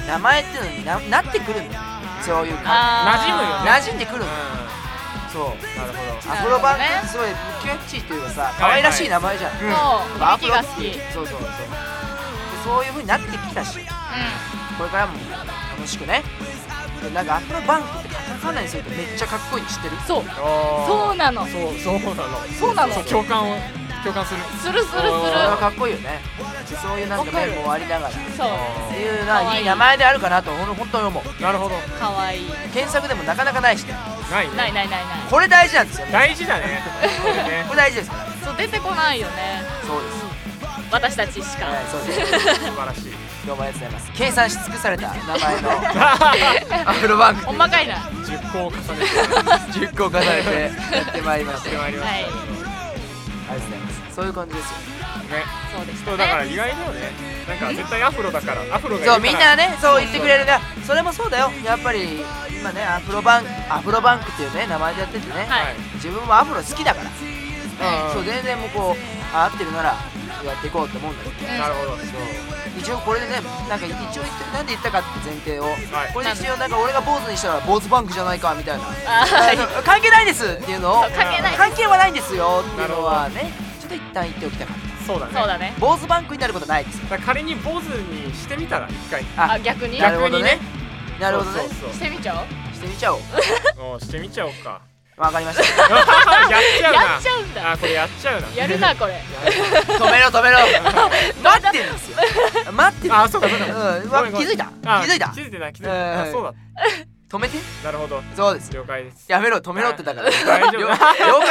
Speaker 2: 名前っていうのにななってくるんだよそういう感
Speaker 3: あー
Speaker 1: 馴染むよ
Speaker 2: じ
Speaker 1: ー
Speaker 2: 馴染んでくる
Speaker 1: うん
Speaker 2: んだよそう
Speaker 1: なるほど
Speaker 2: アフロバンクってすごいキャッチーというかさ可愛らしい名前じゃん
Speaker 1: うん
Speaker 3: そう
Speaker 2: アフ
Speaker 3: 響き
Speaker 2: ロ
Speaker 3: が
Speaker 2: って
Speaker 3: 好き
Speaker 2: いうそうそうそうでそういう風になってきたし
Speaker 3: う
Speaker 2: これからも楽しくねなんかアフロバンクってカタカナにするとめっちゃかっこいいの知ってる
Speaker 3: んそう
Speaker 1: そ
Speaker 3: そうなのする
Speaker 1: そうそうなの
Speaker 3: そうなの
Speaker 1: 共感を共感する
Speaker 3: するす
Speaker 2: そ
Speaker 3: る
Speaker 2: れは
Speaker 1: あ
Speaker 2: かっこいいよねそういうなんか
Speaker 3: わかる
Speaker 2: 面もありながらっ
Speaker 3: そう
Speaker 2: ていうのはいい名前であるかなと本当に思う
Speaker 1: なるほど
Speaker 3: かわいい
Speaker 2: 検索でもなかなかないしね
Speaker 1: ないね
Speaker 3: ないないないない
Speaker 2: これ大事なんですよね
Speaker 1: 大事だねこれね
Speaker 2: これ大事ですから
Speaker 3: そう出てこないよね
Speaker 2: そうです
Speaker 3: 私たちしか
Speaker 2: はいそうで
Speaker 1: 素
Speaker 2: す
Speaker 1: 晴らしい
Speaker 2: どうもありがとうございます計算し尽くされた名前の アフロバンク
Speaker 3: ほんまかいなは
Speaker 1: 10個を重ね
Speaker 2: 10個重ねてやってまいりました
Speaker 1: てまいりまし
Speaker 3: い
Speaker 2: ありがとうございますそういう感じですよ
Speaker 1: たね
Speaker 3: そうでし
Speaker 1: そ
Speaker 3: た
Speaker 1: うだから
Speaker 3: ね
Speaker 1: 意外だよねなんか絶対アフロだからアフロがいるから
Speaker 2: そうみんなねそう言ってくれるねそれもそうだよやっぱり今ねアフロバンクアフロバンクっていうね名前でやっててね、
Speaker 3: はい
Speaker 2: 自分もアフロ好きだか
Speaker 1: う
Speaker 2: ら、
Speaker 1: ん
Speaker 2: そう全然もうこうあ合ってるならやっていこうと思うんだけど
Speaker 1: なるほど
Speaker 2: そう一応これでねなんか一応言ってなんで言ったかって前提を、
Speaker 1: はい
Speaker 2: これ一応なんか俺が坊主にしたら坊主バンクじゃないかみたいな
Speaker 3: あーいい
Speaker 2: あの 関係ないですっていうのを
Speaker 3: そう関係ない
Speaker 2: 関係はないんですよっていうのはねちょっと一旦言っておきたかった
Speaker 1: そうだね
Speaker 3: そうだね
Speaker 2: 坊主バンクになることはないです
Speaker 1: だから仮に坊主にしてみたら一回
Speaker 3: あ逆に
Speaker 2: なるほどね
Speaker 1: 逆
Speaker 2: なるほどね
Speaker 1: そう
Speaker 3: し
Speaker 1: そう
Speaker 3: てみちゃおう
Speaker 2: してみちゃおう
Speaker 1: そうもうしてみちゃおうか
Speaker 2: わかりました
Speaker 1: やっちゃうな
Speaker 3: やっちゃうんだ
Speaker 1: あこれやっちゃうな
Speaker 3: やるなこれ
Speaker 2: 止めろ止めろ待ってるんですよ待ってる
Speaker 1: あそうかそうか
Speaker 2: うんうわ
Speaker 1: ごめんごめん
Speaker 2: 気づいた
Speaker 1: あ
Speaker 2: 気づいた
Speaker 1: 気づいてない気づい
Speaker 2: うんうん
Speaker 1: たあそうだ
Speaker 2: 止めて
Speaker 1: なるほど
Speaker 2: そうです
Speaker 1: 了解です
Speaker 2: やめろ止めろってだか ら
Speaker 1: 大丈夫
Speaker 2: 了了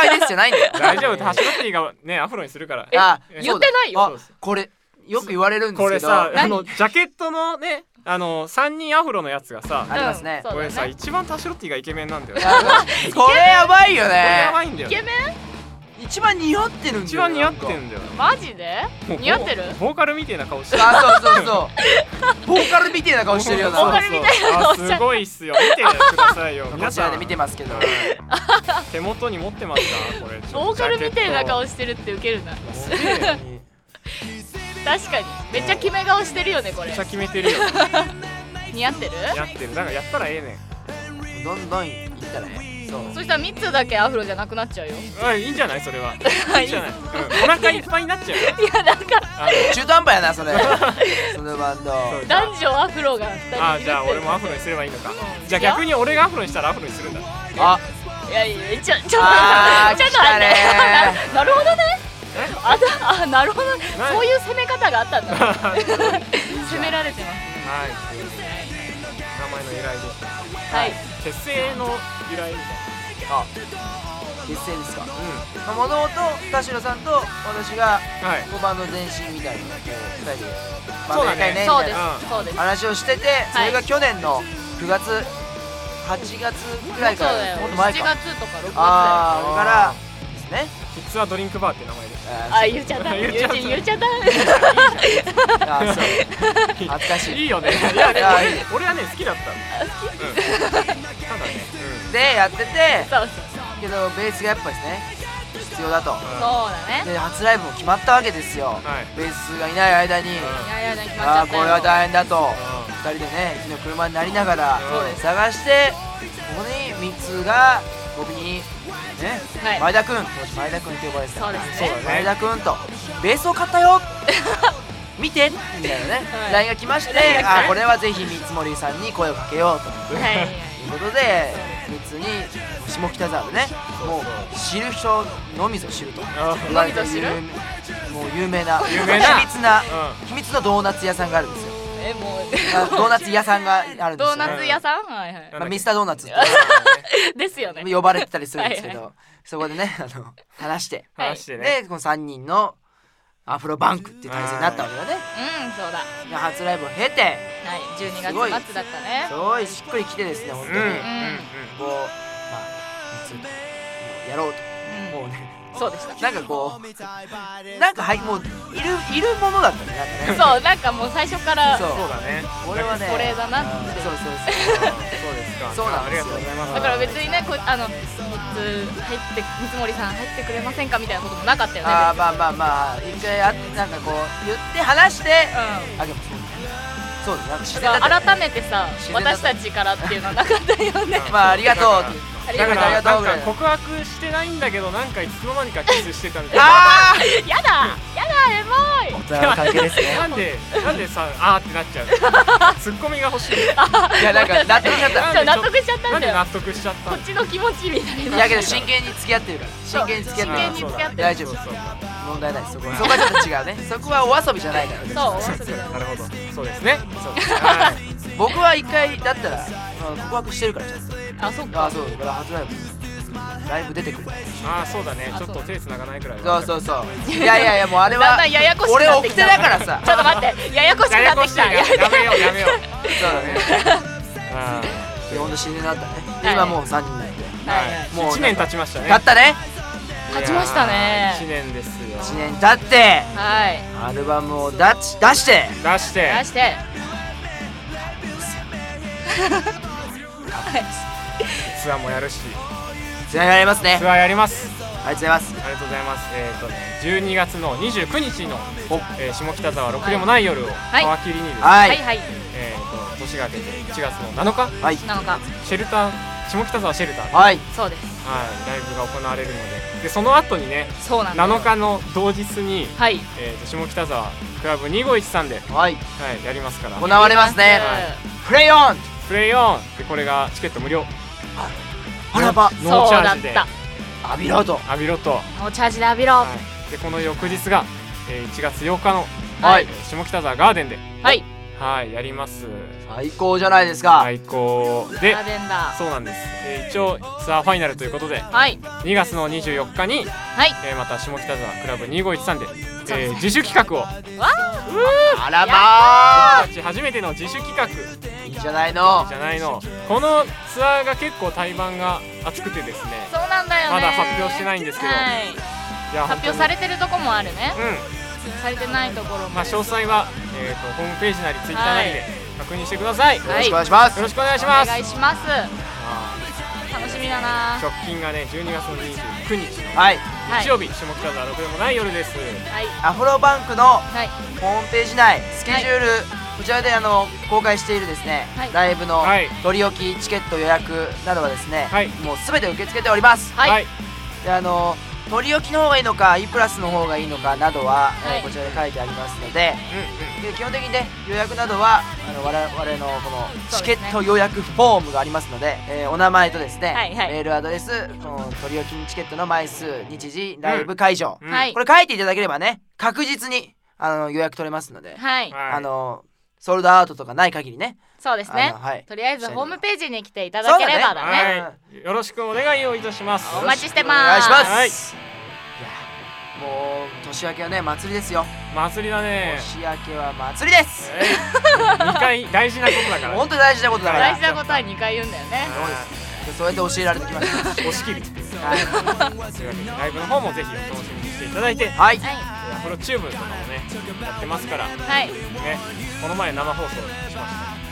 Speaker 2: 解ですじゃないんだよ
Speaker 1: 大丈夫ハシロティがねアフロにするから
Speaker 2: あ
Speaker 1: え
Speaker 2: そうだ
Speaker 1: 言って
Speaker 3: ないよ
Speaker 1: そうで
Speaker 2: あ
Speaker 1: す
Speaker 2: これよく言われるんで
Speaker 1: こ
Speaker 2: すけ
Speaker 1: れ
Speaker 2: ど
Speaker 1: さあ
Speaker 3: 何
Speaker 1: のジャケットのねあの三人アフロのやつがさ
Speaker 2: ありますね
Speaker 3: うん
Speaker 1: こ
Speaker 3: そう
Speaker 1: れ
Speaker 3: だ
Speaker 1: さ
Speaker 3: ね
Speaker 1: 一番タシロッティがイケメンなんだよね
Speaker 2: あこれやばいよ
Speaker 1: これや
Speaker 2: ね
Speaker 1: ばいんだよ
Speaker 3: イ
Speaker 1: ね
Speaker 3: ケメン
Speaker 2: 一番似合ってるんだよ
Speaker 1: 一番似合って
Speaker 2: なん
Speaker 1: んだよ
Speaker 3: マジで
Speaker 1: もう
Speaker 3: 似合ってる
Speaker 1: ボーカルみたいな顔してる
Speaker 2: かあそう そうそうボーカルみたいな顔してる
Speaker 1: そ
Speaker 2: よ
Speaker 1: うそう
Speaker 3: ボー
Speaker 2: な
Speaker 3: カルみたいな顔してる
Speaker 1: あすごいっすよ見てくださいよ
Speaker 2: こ
Speaker 1: 皆
Speaker 2: ちら
Speaker 1: さ
Speaker 2: で
Speaker 1: ん
Speaker 2: 見てますけど
Speaker 1: 手元に持ってますかこれ
Speaker 3: ボーカルみたいな顔
Speaker 1: して
Speaker 3: してるってウケるな
Speaker 1: め
Speaker 3: 確かにめっちゃキメ顔してるよねこれ
Speaker 1: っちゃ決めてるよ
Speaker 3: 似合ってる
Speaker 1: やってるだからやったらええねん
Speaker 2: どんどんいったらねそう
Speaker 3: そしたらミッツだけアフロじゃなくなっちゃうよ
Speaker 1: あいいんじゃないそれはいいんじゃない、うん、お腹いっぱいになっちゃうよ
Speaker 3: いやなんか
Speaker 1: あの
Speaker 2: 中途半端や なそれそのバンド
Speaker 1: そう
Speaker 3: 男女アフロが
Speaker 1: あ
Speaker 3: 2人いるって
Speaker 1: じゃあ俺もアフロにすればいいのかじゃあ
Speaker 3: いや
Speaker 1: 逆に俺がアフロにしたらアフロにするんだ
Speaker 2: あ
Speaker 3: いやいやちょちょっとちょっと
Speaker 2: あー
Speaker 3: 待って
Speaker 2: 来たね
Speaker 3: ななるほどねあだあなるほどね
Speaker 1: な
Speaker 3: そういう攻め方が あったんだ
Speaker 1: はい
Speaker 3: 攻められてます
Speaker 1: という名前の由来でした
Speaker 3: はい
Speaker 1: 結成の由来み
Speaker 2: あ結成ですか
Speaker 1: たいな
Speaker 2: もともと田代さんと私が
Speaker 1: うんはい
Speaker 2: 5番の前身みたいなこ
Speaker 1: そうだね
Speaker 2: う2人でバンドやりたいみ
Speaker 3: そう
Speaker 2: たい
Speaker 3: で
Speaker 2: な
Speaker 3: すそうです
Speaker 2: 話をしててそれが去年の9月8月ぐらい
Speaker 3: そ
Speaker 2: か
Speaker 3: うだ
Speaker 2: ら
Speaker 3: よ
Speaker 2: もっと
Speaker 3: 7
Speaker 2: 前
Speaker 3: 月
Speaker 2: か
Speaker 3: とか6月だ
Speaker 2: ああからですね
Speaker 1: キッズはドリンクバーって名前でし
Speaker 3: よあ言っち ゃった言
Speaker 1: 言
Speaker 3: っ
Speaker 1: っ
Speaker 3: ち
Speaker 1: ち
Speaker 3: ゃ
Speaker 1: ゃ
Speaker 3: っ
Speaker 1: ったた
Speaker 3: 言っちゃった
Speaker 2: あ ーそう
Speaker 1: い
Speaker 2: 恥ずかしい
Speaker 1: いいよねいやね
Speaker 2: あ
Speaker 1: 俺
Speaker 2: いい
Speaker 1: 俺はね好きだった好き、うん、ただね、うん
Speaker 2: でやってて
Speaker 3: そうそうそう
Speaker 2: けどベースがやっぱですね必要だと
Speaker 1: うん
Speaker 3: そうだね
Speaker 2: で初ライブも決まったわけですよ、
Speaker 1: はい
Speaker 2: ベースがいない間に、
Speaker 3: いやいやなんか決まっちゃ
Speaker 2: あ
Speaker 3: っ
Speaker 2: あー
Speaker 3: たよ
Speaker 2: これは大変だと
Speaker 1: うん
Speaker 2: 2人でねうちの車になりながら
Speaker 1: そうです
Speaker 2: 探してここに三つが僕にね、
Speaker 3: はい
Speaker 2: 前田君当時前田君って呼ばれてた
Speaker 3: そうです
Speaker 1: そ
Speaker 3: ね
Speaker 1: うだね
Speaker 2: 前田君とベースを買った よ見てみたいなね、
Speaker 3: はい
Speaker 2: LINE が来まして
Speaker 3: LINE が来て
Speaker 2: あーこれはぜひ三つ森さんに声をかけようと
Speaker 3: はいはい
Speaker 2: ということで三つに下北沢でねもう知る人のみぞ知ると
Speaker 1: あ
Speaker 2: 言われて
Speaker 3: のみぞ知る
Speaker 2: もう有名な
Speaker 1: 有名な
Speaker 2: 秘密な、
Speaker 1: う
Speaker 2: 秘密のドーナツ屋さんがあるんですよ
Speaker 3: えもう
Speaker 2: あドーナツ屋さんがあるんですよ
Speaker 3: ドーナツ屋さんはいはい
Speaker 1: なん
Speaker 2: ま
Speaker 1: だ
Speaker 2: あ、
Speaker 1: っけ
Speaker 2: ミスタードーナツって
Speaker 3: ですよね
Speaker 2: 呼ばれてたりするんですけど、
Speaker 3: はい
Speaker 2: そこでねあの話して
Speaker 3: はい
Speaker 1: 話してね、
Speaker 2: でこの3人のアフロバンクっていう体制になったわけだね
Speaker 3: うんそうだ
Speaker 2: で初ライブを経て
Speaker 3: はい12
Speaker 2: すごい
Speaker 3: 月末だったね
Speaker 2: すごいしっくりきてですね本当に、
Speaker 1: うんうん
Speaker 2: こうまあいつもうやろう
Speaker 3: うん
Speaker 2: ともうね
Speaker 3: そうでした
Speaker 2: なんかこうなんかはいもういるいるものだったねなんかね
Speaker 3: そうなんかもう最初から
Speaker 2: そう
Speaker 3: だ
Speaker 1: うんそうだね
Speaker 2: 俺はね
Speaker 3: これだなって
Speaker 2: そうそう
Speaker 1: あ
Speaker 2: そう
Speaker 1: そうですか
Speaker 2: そうなんです
Speaker 1: ありがとう
Speaker 2: よ
Speaker 1: ございます
Speaker 3: から別にねこうあの「三つ入って三森さん入ってくれませんか?」みたいなこともなかったよね
Speaker 2: あーまあまあまあ一回あなんかこう言って話して
Speaker 3: う
Speaker 2: あげますそうですなんか自
Speaker 3: だ
Speaker 2: 然
Speaker 3: か
Speaker 2: だった
Speaker 3: ら改めてさ
Speaker 2: 自然だった
Speaker 3: 私たちからっていうのはなかった よね
Speaker 2: まあありがとう
Speaker 3: あり
Speaker 1: だ
Speaker 3: が
Speaker 1: か
Speaker 3: とう
Speaker 1: らなんか
Speaker 2: ありがとう
Speaker 1: 告白してないんだけどなんかいつの間にかキスしてたみたいな
Speaker 2: ああ
Speaker 3: やだやだエモい
Speaker 2: 大人の関係です
Speaker 1: な
Speaker 2: ね
Speaker 1: んでなんでさあーってなっち ゃうのツッコミが欲しい
Speaker 2: いやなんか納得しちゃっ た
Speaker 3: そう納得しちゃっ
Speaker 1: な
Speaker 3: た
Speaker 1: ん
Speaker 3: んだ
Speaker 1: で
Speaker 3: よ
Speaker 1: 納得しちゃったの
Speaker 3: こっちの気持ちみたい
Speaker 2: い
Speaker 3: な
Speaker 2: やけど真剣に付き合ってるから真剣に付き合って
Speaker 3: 真剣
Speaker 2: る
Speaker 3: に
Speaker 2: か
Speaker 3: 付き合ってる
Speaker 2: 大丈夫
Speaker 1: そうそうそう
Speaker 2: ら問題ないですそこはそこはちょっと違うねそこはお遊びじゃないから
Speaker 3: そうお遊びだよ
Speaker 1: なるほどそうですねそうです はい
Speaker 2: 僕は一回だったらあの告白してるからちゃんと
Speaker 3: あそっ
Speaker 2: あ
Speaker 3: か
Speaker 2: あそうだから初ライブライブ出てくる
Speaker 1: ああそうだね
Speaker 3: あ
Speaker 1: ちょっと手繋がないくらい
Speaker 2: そうそううそういやいやいやもうあれ
Speaker 3: だん
Speaker 2: は
Speaker 3: だんややこしく
Speaker 2: 俺
Speaker 3: なって
Speaker 2: 起
Speaker 3: き
Speaker 2: き
Speaker 3: た
Speaker 2: てだからさ
Speaker 3: ちょっと待ってややこしく
Speaker 1: やや
Speaker 3: なっ
Speaker 1: こ
Speaker 3: て
Speaker 1: し
Speaker 3: き
Speaker 1: い
Speaker 3: た
Speaker 1: なやめようやめ よう
Speaker 2: そうだね
Speaker 1: あ
Speaker 2: いやほんと死ぬなったね
Speaker 3: はい
Speaker 2: で今もう3人なんで
Speaker 1: ー
Speaker 3: はい
Speaker 1: はい
Speaker 2: もう
Speaker 1: もう1年経ちましたね
Speaker 2: 経ったね
Speaker 3: 経ちましたね
Speaker 1: 1年ですよ
Speaker 2: 1年経って
Speaker 3: はい
Speaker 2: アルバムを出し出して
Speaker 1: 出して
Speaker 3: 出して
Speaker 1: ツアーもやるし
Speaker 2: つながりますね
Speaker 1: ツアーやります
Speaker 2: ありがとうございます
Speaker 1: ありがとうございます。えっ、とね、12月の29日の、
Speaker 2: お
Speaker 1: えー下北沢ろくでもない夜を皮
Speaker 3: い
Speaker 1: 切りにですね、
Speaker 2: は
Speaker 3: はい
Speaker 2: い
Speaker 3: はい
Speaker 1: えっ、と年が明けて1月の7日
Speaker 2: はい
Speaker 3: なのか
Speaker 1: シェルター下北沢シェルターで、はい、
Speaker 2: はい
Speaker 3: そうです
Speaker 1: ライブが行われるので、でその後にね、
Speaker 3: そうなんです
Speaker 1: 7日の同日に
Speaker 3: はい
Speaker 1: えー、と下北沢クラブ251さんで、は
Speaker 2: はい
Speaker 1: い、やりますから
Speaker 2: 行われますねプレイオン
Speaker 1: プレイオンでこれがチケット無料
Speaker 2: あらば
Speaker 1: ノー
Speaker 3: そう
Speaker 1: チャ
Speaker 3: だ
Speaker 1: ー
Speaker 3: っ
Speaker 1: ジで
Speaker 3: た
Speaker 2: 浴びろと
Speaker 1: 浴びろと、は
Speaker 3: ノーチャージで浴びろ
Speaker 1: い、でこの翌日が、えー1月8日の、
Speaker 2: はい
Speaker 1: えー下北沢ガーデンで
Speaker 3: はい
Speaker 1: はいやります
Speaker 2: 最高じゃないですか
Speaker 1: 最高で
Speaker 3: ガーデンだ
Speaker 1: そうなんです、えー一応ツアーファイナルということで
Speaker 3: はい
Speaker 1: 2月の24日に、
Speaker 3: はい
Speaker 1: えーまた下北沢クラブ251さんで、
Speaker 3: そうで
Speaker 1: え
Speaker 3: す
Speaker 1: ー
Speaker 3: ね
Speaker 1: 自主企画を
Speaker 3: わ
Speaker 2: あらまあ
Speaker 1: 僕たち初めての自主企画じ
Speaker 2: いいじゃないの
Speaker 1: ゃないのこのツアーが結構対バンが熱くてですね
Speaker 3: そうなんだよね
Speaker 1: まだ発表してないんですけど
Speaker 3: はい
Speaker 1: いや
Speaker 3: 発表さ
Speaker 1: れ
Speaker 3: れてるとこもあるね
Speaker 1: う
Speaker 3: されてないところ
Speaker 1: ん、
Speaker 3: も
Speaker 1: まあ、詳細は、えー、とホームページなりツイッターなりで
Speaker 3: は
Speaker 1: 確認してください、
Speaker 2: よ
Speaker 1: よ
Speaker 2: ろしくお願いします
Speaker 1: ろしくお願いします
Speaker 3: お願いします
Speaker 1: あ
Speaker 3: 楽しみだな
Speaker 1: ー直近がね12月の29日の
Speaker 2: はい
Speaker 3: はい
Speaker 1: 日曜日、下北沢6でもない夜です
Speaker 3: はい
Speaker 2: アフロバンクの
Speaker 3: はい
Speaker 2: ホームページ内スケジュール、こちらであの公開しているですね、
Speaker 3: はい
Speaker 2: ライブの
Speaker 1: はい
Speaker 2: 取り置きチケット予約などはですね、
Speaker 1: はい
Speaker 2: もうすべて受け付けております
Speaker 3: はい
Speaker 2: であの取り置きの方がいいのか E プラスの方がいいのかなどは、
Speaker 3: はい
Speaker 2: えーこちらで書いてありますので
Speaker 1: うんうん
Speaker 2: で基本的にね予約などはあの我々のこの
Speaker 3: そう
Speaker 2: チ
Speaker 3: で
Speaker 2: ケ
Speaker 3: すね
Speaker 2: ット予約フォームがありますので、えーお名前とですね、
Speaker 3: はいはい
Speaker 2: メールアドレスこの取り置きチケットの枚数日時ライブ会場、
Speaker 1: うん
Speaker 3: はい
Speaker 2: これ書いていただければね確実にあの予約取れますので、
Speaker 3: はい
Speaker 1: はい
Speaker 2: あのソールドアウトとかない限りね
Speaker 3: そうですね
Speaker 2: あのはい
Speaker 3: とりあえずホームページに来ていただければだね
Speaker 1: はいよろしくお願いをいたします
Speaker 3: お待ちしてます
Speaker 2: お
Speaker 1: は
Speaker 2: 願
Speaker 1: い
Speaker 2: いします、い、やもう年明けはね祭りですよ、
Speaker 1: 祭りだね
Speaker 2: 年明けは祭りです、
Speaker 1: え2回大事なことだから
Speaker 2: 本当に大事なことだから
Speaker 3: 大事なことは2回言うんだよね
Speaker 2: そうやって教えられてきました
Speaker 1: 押し切るっていう
Speaker 2: はい
Speaker 1: というわけでライブの方もぜひお楽しみにしていただいて
Speaker 2: はい
Speaker 3: は
Speaker 1: アフロチューブとかもねやってますからね
Speaker 3: いはい
Speaker 1: この前生放送し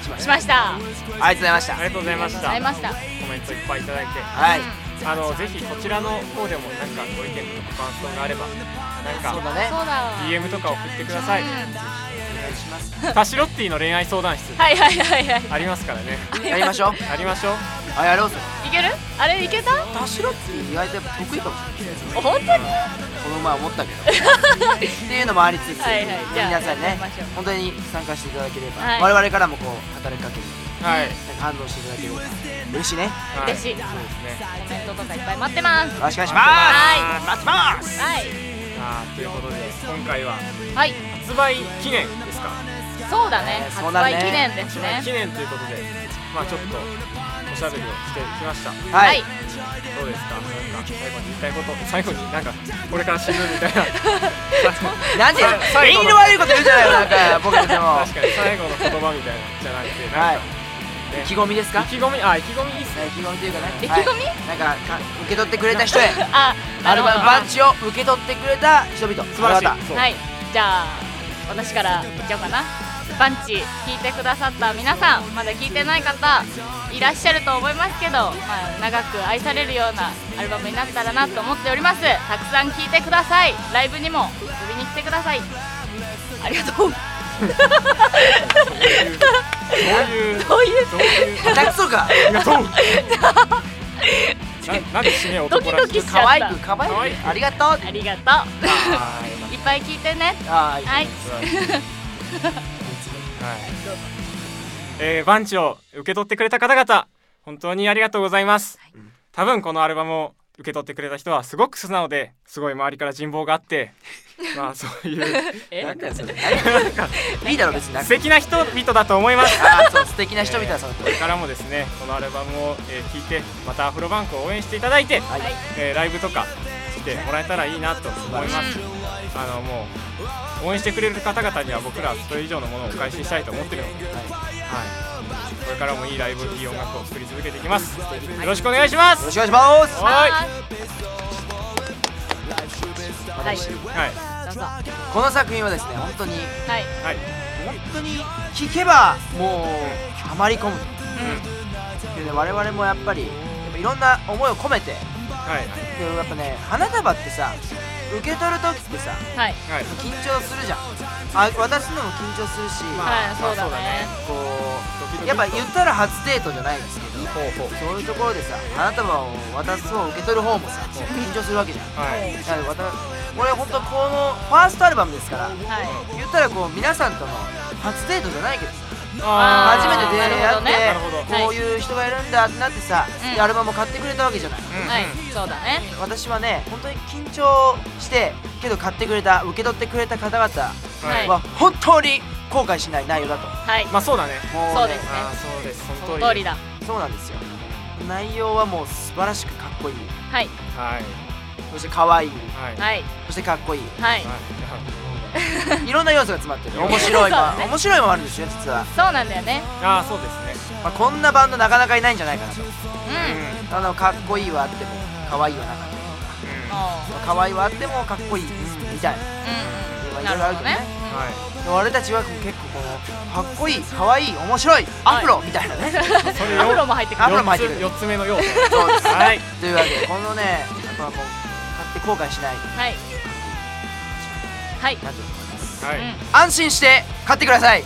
Speaker 1: ました
Speaker 3: しましたあり
Speaker 2: ありがとうございまし
Speaker 1: あり
Speaker 2: た
Speaker 1: がとうございました
Speaker 3: がとうございました
Speaker 1: コメントいっぱいいただいて
Speaker 2: はい
Speaker 1: あのぜひこちらの方でもなんかご意見とかご感想があればなん
Speaker 2: そう
Speaker 1: か
Speaker 2: だ
Speaker 3: そ
Speaker 2: ね
Speaker 3: うだわ
Speaker 1: DM とか送ってください
Speaker 3: うん
Speaker 2: お願いしま す
Speaker 1: タシロッティの恋愛相談室
Speaker 3: はいはいはいはい
Speaker 1: ありますからね
Speaker 2: やりましょう
Speaker 1: ありましょう
Speaker 2: あやろうぜ
Speaker 3: いけるあれいけた
Speaker 2: ダシロって意外と得意かもしれない
Speaker 3: 本当に
Speaker 2: この前思ったけどっていうのもありつつ
Speaker 3: はいはいじゃあ
Speaker 2: 皆さんね
Speaker 3: 頑張りましょう
Speaker 2: 本当に参加していただければ、
Speaker 3: はい
Speaker 2: 我々からもこう働きかける
Speaker 1: はい
Speaker 2: 反応していただければ嬉しいねよ
Speaker 1: はい
Speaker 3: 嬉しいコ
Speaker 1: そうですね
Speaker 3: メントとかいっぱい待ってます
Speaker 2: ろしくお願いしま
Speaker 3: は
Speaker 2: す待ってます
Speaker 3: はい
Speaker 1: いあーということで今回は
Speaker 3: はい
Speaker 1: 発売記念ですか
Speaker 3: そうだね
Speaker 2: そ
Speaker 3: 発
Speaker 2: うだ
Speaker 3: 売
Speaker 2: ね
Speaker 3: 記念です
Speaker 1: 発売記
Speaker 3: ね
Speaker 1: 念ということでまあちょっとおしゃべりをしてきました
Speaker 2: は
Speaker 3: はいい
Speaker 1: どうですかなんか最後に言いたいこと最後になんかこれから死ぬみたいな
Speaker 2: なんで
Speaker 1: さ最後
Speaker 2: 縁
Speaker 1: の
Speaker 2: 色悪いこと言うじゃないのなんか僕でも
Speaker 1: 確かに最後の言葉みたいなのじゃなくて
Speaker 2: は
Speaker 1: なん
Speaker 2: い
Speaker 1: か
Speaker 2: 意気込みですか
Speaker 1: 意気込みあ意気込みいいっすね
Speaker 2: 意気込みというかね
Speaker 3: 意気込み
Speaker 2: はいなんかか受け取ってくれた人へ
Speaker 3: あ
Speaker 2: ア
Speaker 3: なる
Speaker 2: ル
Speaker 3: ほど
Speaker 2: バムバンチを受け取ってくれた人々
Speaker 1: 素晴らしい
Speaker 2: あなた
Speaker 1: そう
Speaker 3: はいじゃあ私からいっちゃおうかなバンチ聞いてくださった皆さんまだ聞いてない方いらっしゃると思いますけど、まあ、長く愛されるようなアルバムになったらなと思っておりますたくさん聞いてくださいライブにも遊びに来てくださいありがとう
Speaker 1: どういう
Speaker 3: どういう
Speaker 1: どういう
Speaker 2: 下手くそか
Speaker 1: ありがとう ななんで締め男らしい
Speaker 3: ドキドキしちゃう
Speaker 2: 可愛く可
Speaker 1: 可愛
Speaker 2: 愛
Speaker 1: い
Speaker 2: くありがとう
Speaker 3: ありがと
Speaker 1: あーよかっ
Speaker 3: ういっぱい聞いてね
Speaker 2: あー
Speaker 3: はい
Speaker 1: たはいえー、バンチを受け取ってくれた方々本当にありがとうございます多分このアルバムを受け取ってくれた人はすごく素直ですごい周りから人望があ ってまあそういう
Speaker 3: え
Speaker 2: なんだよそれ
Speaker 1: なんか
Speaker 2: いいだろ別になん
Speaker 1: 素
Speaker 2: か
Speaker 1: 敵な人々だと思い ます
Speaker 2: あーそう素敵な人々だそうだ
Speaker 1: これからもですねこのアルバムを聴、えー聞いてまたアフロバンクを応援していただいて、
Speaker 2: はい
Speaker 3: はい
Speaker 1: えーライブとかしてもらえたらいいなと思います、あのもう応援してくれる方々には僕らはそれ以上のものをお返ししたいと思ってるので、はい、これからもいいライブいい音楽を作り続けていきますよろしくお願いしま
Speaker 2: よ
Speaker 1: す
Speaker 2: ろしくお願いします
Speaker 1: は
Speaker 3: はい
Speaker 2: 私
Speaker 1: いはい
Speaker 3: どうぞは
Speaker 2: この作品はですね本当に
Speaker 3: い
Speaker 1: はい
Speaker 2: 本当に聞けばもうハマり込む
Speaker 3: う
Speaker 2: で我々もやっぱりやっぱいろんな思いを込めて
Speaker 1: はい
Speaker 2: でもやっぱね花束ってさ受け取る時ってさ
Speaker 3: はい
Speaker 1: はい
Speaker 2: 緊張するじゃんあ渡すのも緊張するし、
Speaker 1: まあ
Speaker 3: はいそうだね
Speaker 2: こ
Speaker 1: ドキドキと
Speaker 2: うやっぱ言ったら初デートじゃないですけど
Speaker 1: ほうほう
Speaker 2: そういうところでさ花束を渡す方受け取る方もさ緊張するわけじゃん
Speaker 1: はい
Speaker 2: だから渡俺本当このファーストアルバムですから
Speaker 3: はい
Speaker 2: 言ったらこう皆さんとの初デートじゃないけどさ
Speaker 3: あー
Speaker 2: 初めて出会
Speaker 3: なるほどね
Speaker 1: なるほど
Speaker 2: ってこういう人がいるんだってなってさ、
Speaker 3: うん
Speaker 2: でアルバムを買ってくれたわけじゃない
Speaker 1: うん
Speaker 3: はいそうだね
Speaker 2: 私はね本当に緊張してけど買ってくれた受け取ってくれた方々
Speaker 1: はい
Speaker 2: は本当に後悔しない内容だと
Speaker 3: はい
Speaker 1: まあそうだね
Speaker 2: も
Speaker 3: そうですね
Speaker 1: ああそうです
Speaker 3: そ
Speaker 1: その
Speaker 3: の通
Speaker 1: 通
Speaker 3: り
Speaker 1: り
Speaker 3: だ
Speaker 2: そうなんですよ内容はもう素晴らしくかっこいい
Speaker 3: はい
Speaker 1: はい
Speaker 2: そして可愛い
Speaker 1: はいはい
Speaker 3: はい
Speaker 2: そしてかっ こいい
Speaker 3: はい
Speaker 2: いろんな要素が詰まってる面白いも
Speaker 3: そうね
Speaker 2: 面白いもあるんですよ実は、
Speaker 3: そうなんだよね
Speaker 1: ああそうですね
Speaker 2: まあ、こんなバンドなかなかいないんじゃないかなと
Speaker 3: うん
Speaker 2: あのかっこいいはあっても可愛いはなかっ
Speaker 1: うんは
Speaker 3: おう
Speaker 2: た可愛いはあってもかっこいいみたいな
Speaker 3: うんう
Speaker 2: まあい
Speaker 3: んな
Speaker 2: ろいろあるけ
Speaker 3: るほど
Speaker 2: ど
Speaker 3: ね
Speaker 2: ね
Speaker 1: い
Speaker 2: でも俺たちは結構このかっこいい可愛い面白いアフロみたいなね
Speaker 1: そ
Speaker 3: うん
Speaker 1: れ
Speaker 3: アフロも入ってく
Speaker 2: アフ
Speaker 3: る
Speaker 2: ロも入ってくる
Speaker 1: 4つ目の要素
Speaker 2: そうです
Speaker 1: はい
Speaker 2: というわけでこのねやっぱもう買って後悔しない
Speaker 3: はいはい
Speaker 2: なんていうのかな
Speaker 1: は
Speaker 3: う
Speaker 1: い
Speaker 3: ん
Speaker 2: 安心して買ってください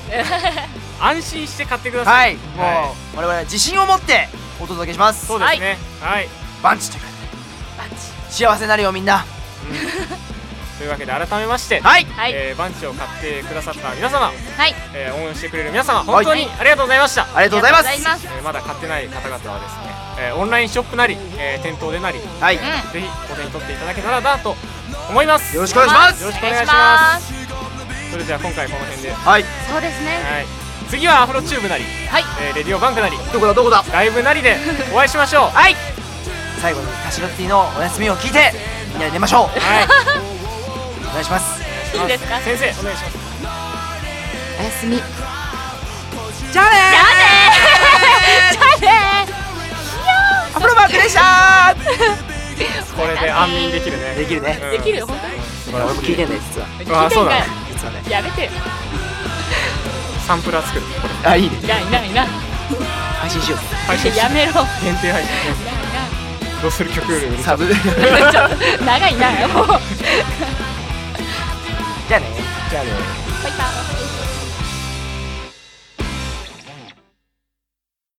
Speaker 1: 安心して買ってください
Speaker 2: はいもう
Speaker 1: は
Speaker 2: 我々は自信を持ってお届けします
Speaker 1: そうですねはい
Speaker 2: バンチということで幸せになるよみんな
Speaker 1: というわけで改めまして
Speaker 2: はい
Speaker 3: はい
Speaker 1: えーバンチを買ってくださった皆様
Speaker 3: はい
Speaker 1: えー応援してくれる皆様
Speaker 2: は
Speaker 1: 本
Speaker 2: い
Speaker 1: 当にありがとうございました
Speaker 2: ありがとうございます
Speaker 3: ありがとうございます
Speaker 1: えーまだ買ってない方々はですねえーオンラインショップなりえー店頭でなり
Speaker 2: はい、
Speaker 3: うん
Speaker 2: よ
Speaker 1: ぜひお手に取っていただけたらなと思います
Speaker 2: ろしくお願いします
Speaker 1: よろしく
Speaker 3: お
Speaker 1: お願
Speaker 3: 願い
Speaker 1: い
Speaker 3: し
Speaker 1: し
Speaker 3: ま
Speaker 1: ますそれでは今回この辺では
Speaker 2: はい
Speaker 3: そうですね
Speaker 1: い次はアフロチューブなり
Speaker 3: はい
Speaker 1: えーレディオバンクなり
Speaker 2: どこだどこだ
Speaker 1: ライブなりでお会いしましょうはい
Speaker 2: 最後にカシロッティのお休みを聞いてみんなで寝ましょう
Speaker 1: はい
Speaker 2: お願いします
Speaker 3: いいですか
Speaker 1: 先生お願いします
Speaker 3: おやすみじ
Speaker 2: じゃあね
Speaker 3: ゃあねじゃあね
Speaker 2: アプロバークでした
Speaker 1: これで安眠できるね
Speaker 2: できるね
Speaker 1: うん
Speaker 3: できるよ本当に
Speaker 1: 素晴
Speaker 2: 俺
Speaker 1: ら
Speaker 2: も
Speaker 1: し
Speaker 2: 聞いてんだよ実は
Speaker 1: あーそうなの
Speaker 2: 実はね
Speaker 3: やめてよ
Speaker 1: サンプラー作るこれ
Speaker 2: あいいね
Speaker 3: いないいないいない
Speaker 2: 配信しよう
Speaker 1: 配信し
Speaker 3: やめろい
Speaker 1: 限定配信
Speaker 3: ないいない
Speaker 1: どうする曲より
Speaker 2: サブ
Speaker 3: ちょっと長いなもうバイ
Speaker 2: じゃあねじゃあね
Speaker 3: バイ